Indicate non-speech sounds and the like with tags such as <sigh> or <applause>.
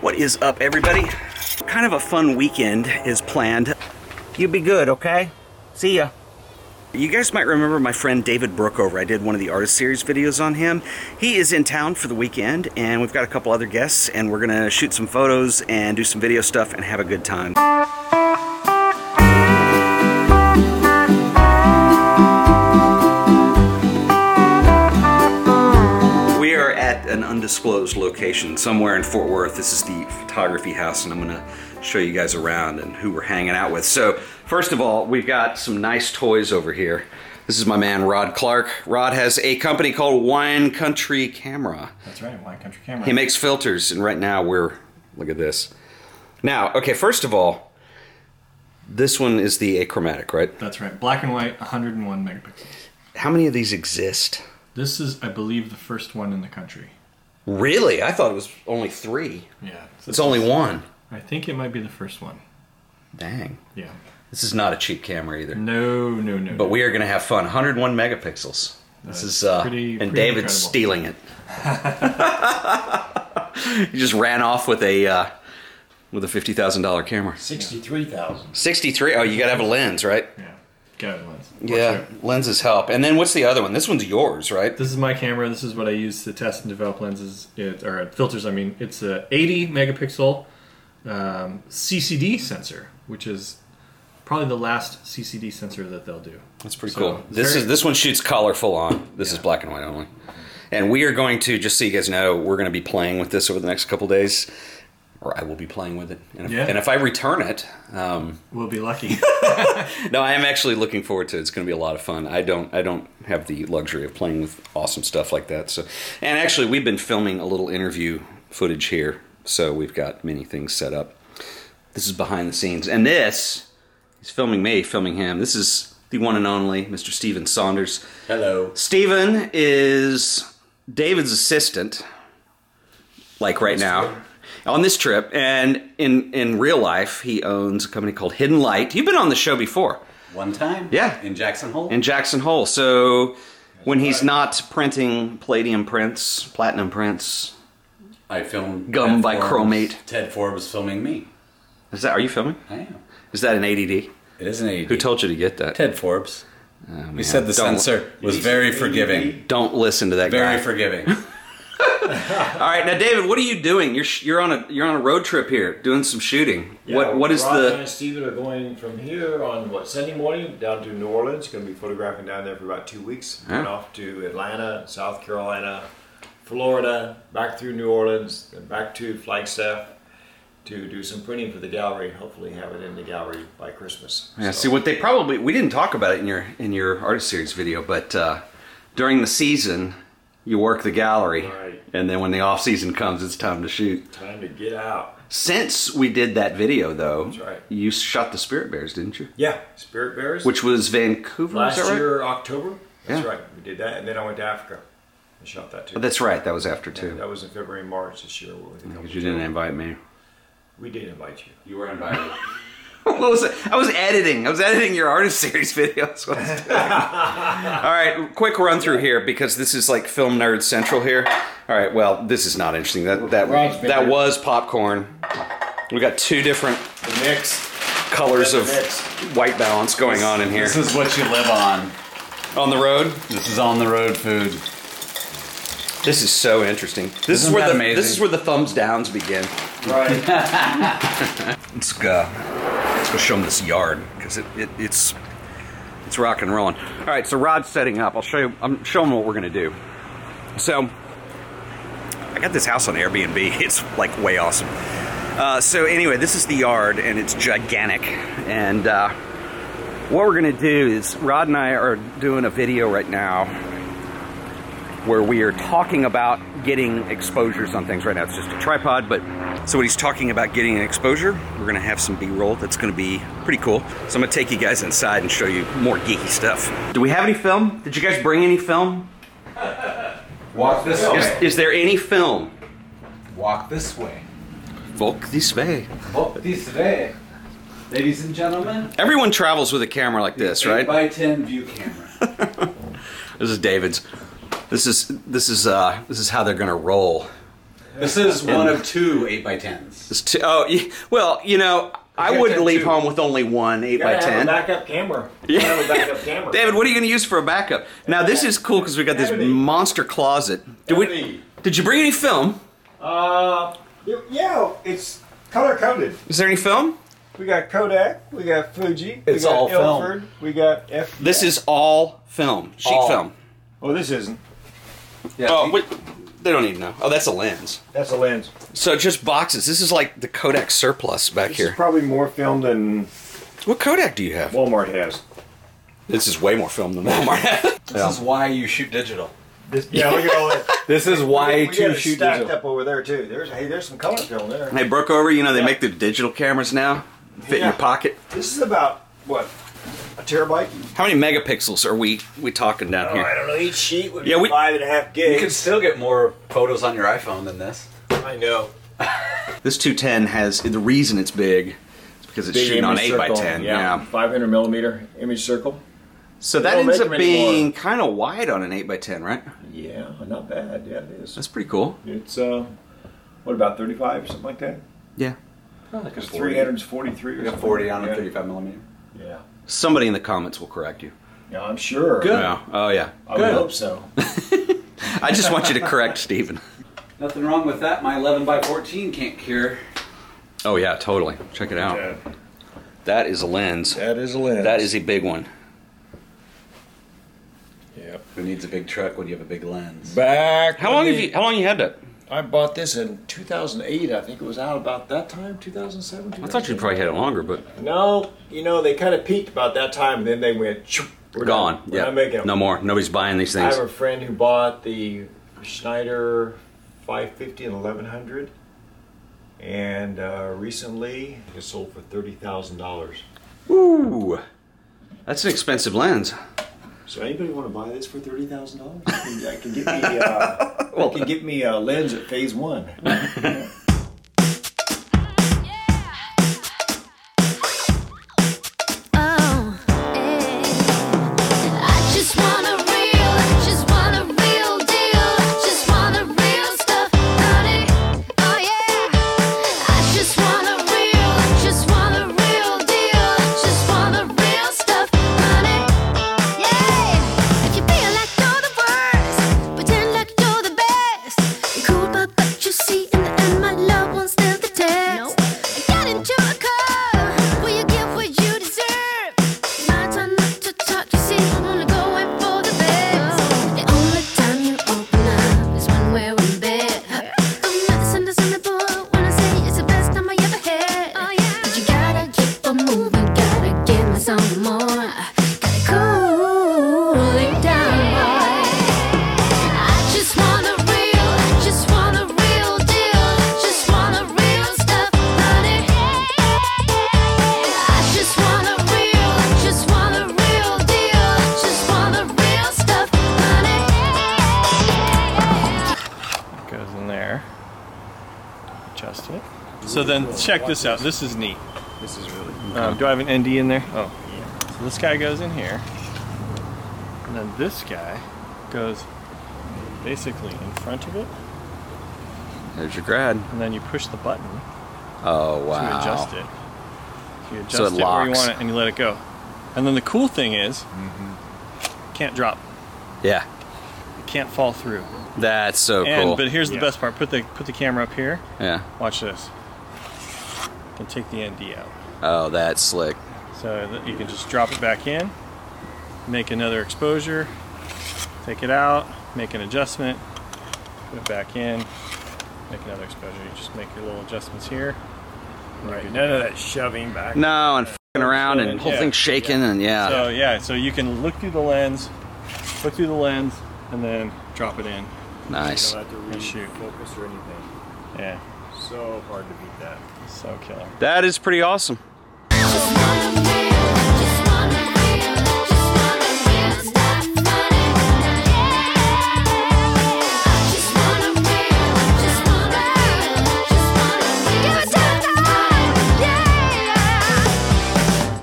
What is up, everybody? Kind of a fun weekend is planned. You be good, okay? See ya. You guys might remember my friend David Brookover. I did one of the artist series videos on him. He is in town for the weekend, and we've got a couple other guests, and we're gonna shoot some photos and do some video stuff and have a good time. We are at an undisclosed location somewhere in Fort Worth. This is the photography house, and I'm gonna show you guys around and who we're hanging out with. So, first of all, we've got some nice toys over here. This is my man Rod Clark. Rod has a company called Wine Country Camera. That's right, Wine Country Camera. He makes filters, and right now we're look at this. Now, okay, first of all, this one is the achromatic, right? That's right, black and white, 101 megapixels. How many of these exist? This is, I believe, the first one in the country. Really? I thought it was only three. Yeah, It's only one. I think it might be the first one. Dang. Yeah. This is not a cheap camera either. No, no, no. But we are going to have fun. 101 megapixels. This Uh, is uh, pretty- and pretty David's incredible. stealing it. <laughs> he just ran off with a uh, with a fifty thousand dollar camera. 63,000. Sixty three. Oh, you got to have a lens, right? no. yeah, Gavin lens. Yeah, lenses help. And then what's the other one? This one's yours, right? This is my camera. This is what I use to test and develop lenses, it, or filters. I mean, it's a 80 megapixel um, CCD sensor, which is probably the last CCD sensor that they'll do. That's pretty So, cool. it's This very- is this one shoots color full on. This is black and white only. And we are going to just so you guys know, we're going to be playing with this over the next couple days, or I will be playing with it. And if, Yeah. and if I return it, um, We'll be lucky. no, I am actually looking forward to it. It's going to be a lot of fun. I don't I don't have the luxury of playing with awesome stuff like that. So, and actually, we've been filming a little interview footage here, so we've got many things set up. This is behind the scenes, and this he's filming me, filming him. This is the one and only Mr. Steven Saunders. Hello. Steven is David's assistant, like right now, on this trip. And in in real life, he owns a company called Hidden Light. You've been on the show before One time? Yeah. In Jackson Hole? in Jackson Hole. So when he's not printing palladium prints, platinum prints, I filmed. Gum Ted by Forbes- Chromate. Ted Forbes filming me. is that? Are you filming? I am. Is that an ADD? It is an AD. Who told you to get that? Ted Forbes. Oh, He man. said the Don't- censor was very forgiving. Don't listen to that Very guy. <laughs> forgiving. All right, now David, what are you doing? You're sh- you're on a you're on a road trip here, doing some shooting. what what is Rob the and Steven are going from here on what Sunday morning down to New Orleans. Going to be photographing down there for about two weeks. Then Huh. off to Atlanta, South Carolina, Florida, back through New Orleans, and back to Flagstaff to do some printing for the gallery. and Hopefully, have it in the gallery by Christmas. Yeah. So- See, what they probably we didn't talk about it in your in your artist series video, but uh, during the season, you work the gallery, Right. and then when the off season comes, it's time to shoot. time to get out. Since we did that video, though, right. you shot the Spirit Bears, didn't you? Yeah, Spirit Bears. Which was Vancouver. last is that right? year October. That's Yeah. right. We did that, and then I went to Africa and shot that too. Oh, that's right. That was after too. that was in February, March this year. when we did Because that. you didn't invite me. <laughs> We did invite you. You were invited. what was it? I was editing. I was editing your artist series <laughs> videos. What I was <laughs> doing. All right, quick run through here because this is like film nerd central here. All right, well, this is not interesting. That that Raspberry. that was popcorn. We got two different The mix. colors of Mix. white balance going on in here. This is what you live on. On the road, This is on the road food. this is so interesting. This is Isn't where that the amazing? this is where the thumbs downs begin. <laughs> Right. Let's go. Let's go show them this yard because it, it, it's it's rock and rolling. All right, so Rod's setting up. I'll show you. I'm showing what we're gonna do. So I got this house on Airbnb. <laughs> It's like way awesome. Uh, so anyway, this is the yard and it's gigantic. And uh, what we're gonna do is Rod and I are doing a video right now where we are talking about getting exposures on things right now. It's just a tripod, but so when he's talking about getting an exposure, we're gonna have some B-roll that's gonna be pretty cool. So I'm gonna take you guys inside and show you more geeky stuff. Do we have any film? Did you guys bring any film? Walk this Is, is there any film? Walk this way. Volk this way. Walk this way. Ladies and gentlemen, Everyone travels with a camera like this, right? 10 view camera. This is David's. This is this is uh this is how they're gonna roll. This <laughs> is one of two 8x10s. It's t- oh, y- well, you know, I Okay, wouldn't ten, leave two. home with only one eight Gotta by have a ten. backup camera. Yeah. Have a backup camera. David, what are you going to use for a backup? Now this is cool because we got this Ebony. monster closet. Did we? Ebony. Did you bring any film? Uh, yeah, it's color coded. Is there any film? We got Kodak, we got Fuji, It's got all film. Ilford, we got F. This is all film, sheet All. film. Oh, this isn't. Yeah, Oh, you- wait, they don't even know. Oh, that's a lens. That's a lens. So just boxes. This is like the Kodak surplus back This here. is probably more film than what Kodak do you have? Walmart has. This is way more film than <laughs> Walmart. this is why you shoot digital. This, yeah, look at all that. This is why we got you it shoot stacked digital. up over there too. There's hey, there's some color film there. hey, Brooke over, you know they make the digital cameras now. Fit in Yeah. your pocket. This is about what a terabyte. How many megapixels are we we talking down Oh, here? I don't know. Each sheet would Yeah, be we- five and a half You can gigs. still get more photos on your iPhone than this. I know. This 210 has the reason it's big is because it's shooting on 8 by 10 yeah. 500 millimeter image circle. So They that don't ends make up them anymore. being kind of wide on an 8 by 10 right? Yeah, not bad. Yeah, it is. That's pretty cool. It's uh, what about 35 or something like that? Yeah. Because 343 or You got something. 40 on a yeah. 35 millimeter. Yeah. Somebody in the comments will correct you. yeah, I'm sure. Good. Yeah. Oh yeah. I would hope so. I just want you to correct Steven. Nothing wrong with that. My 11 by 14 can't cure. Oh yeah, totally. Check it out. Yeah. That is a lens. That is a lens. That is a big one. Yeah. Who needs a big truck when you have a big lens? Back. How when long have they- you how long you had that? I bought this in 2008. I think it was out about that time, 2007. I thought you probably had it longer, but No, you know they kind of peaked about that time, and then they went. "Shoo, We're gone. Done. We're yeah. not making 'em." no more. Nobody's buying these I things. have a friend who bought the Schneider 550 and 1100, and uh, recently it sold for thirty thousand dollars. Ooh. That's an expensive lens. So anybody want to buy this for thirty thousand dollars? I can get me. Uh, Well- I can get me a lens at phase one. Oh, eh. I just want a real, I just want a real deal. I just want a real stuff, honey. Oh yeah. I just want a real, I just want a real deal. I just want a real stuff, honey. Yeah. If you feel like you're the worst, pretend like you're the best. You're cool, but but you see in the end, my love won't stand the test. Get into a cup, will you get what you deserve? My turn not to talk, you see, I'm only going for the best. The only time you open up is when we're in bed. I'm not misunderstandable when I say it's the best time I ever had. Oh yeah. But you gotta keep on moving, gotta give me some more. Gotta cool it down. I just want a real, I just want a real deal. I just want a real stuff, honey. I just want a real, I just want a real deal. I just want a real stuff, honey. goes in there. Adjust it. So then check this out. This is neat. This is really. Um, do I have an ND in there? Oh. So this guy goes in here. And then this guy goes basically in front of it. There's your grad. And then you push the button to Oh wow. adjust it. You adjust it it, where you locks. want it and you let it go. And then the cool thing is, can't drop. Yeah. It can't fall through. That's so and Oh, cool. but here's the Yeah. best part. Put the put the camera up here. yeah. Watch this. You can take the ND out. Oh, that's slick. So that you can just drop it back in, make another exposure, take it out, make an adjustment, put it back in, make another exposure. You just make your little adjustments here. Right. None of that shoving back. No, and fing around and Yeah. whole thing shaking and yeah. So yeah, so you can look through the lens, look through the lens, and then drop it in. nice. have to Shoot. focus or anything. Yeah, So hard to beat that. so killer. That is pretty awesome. Just wanna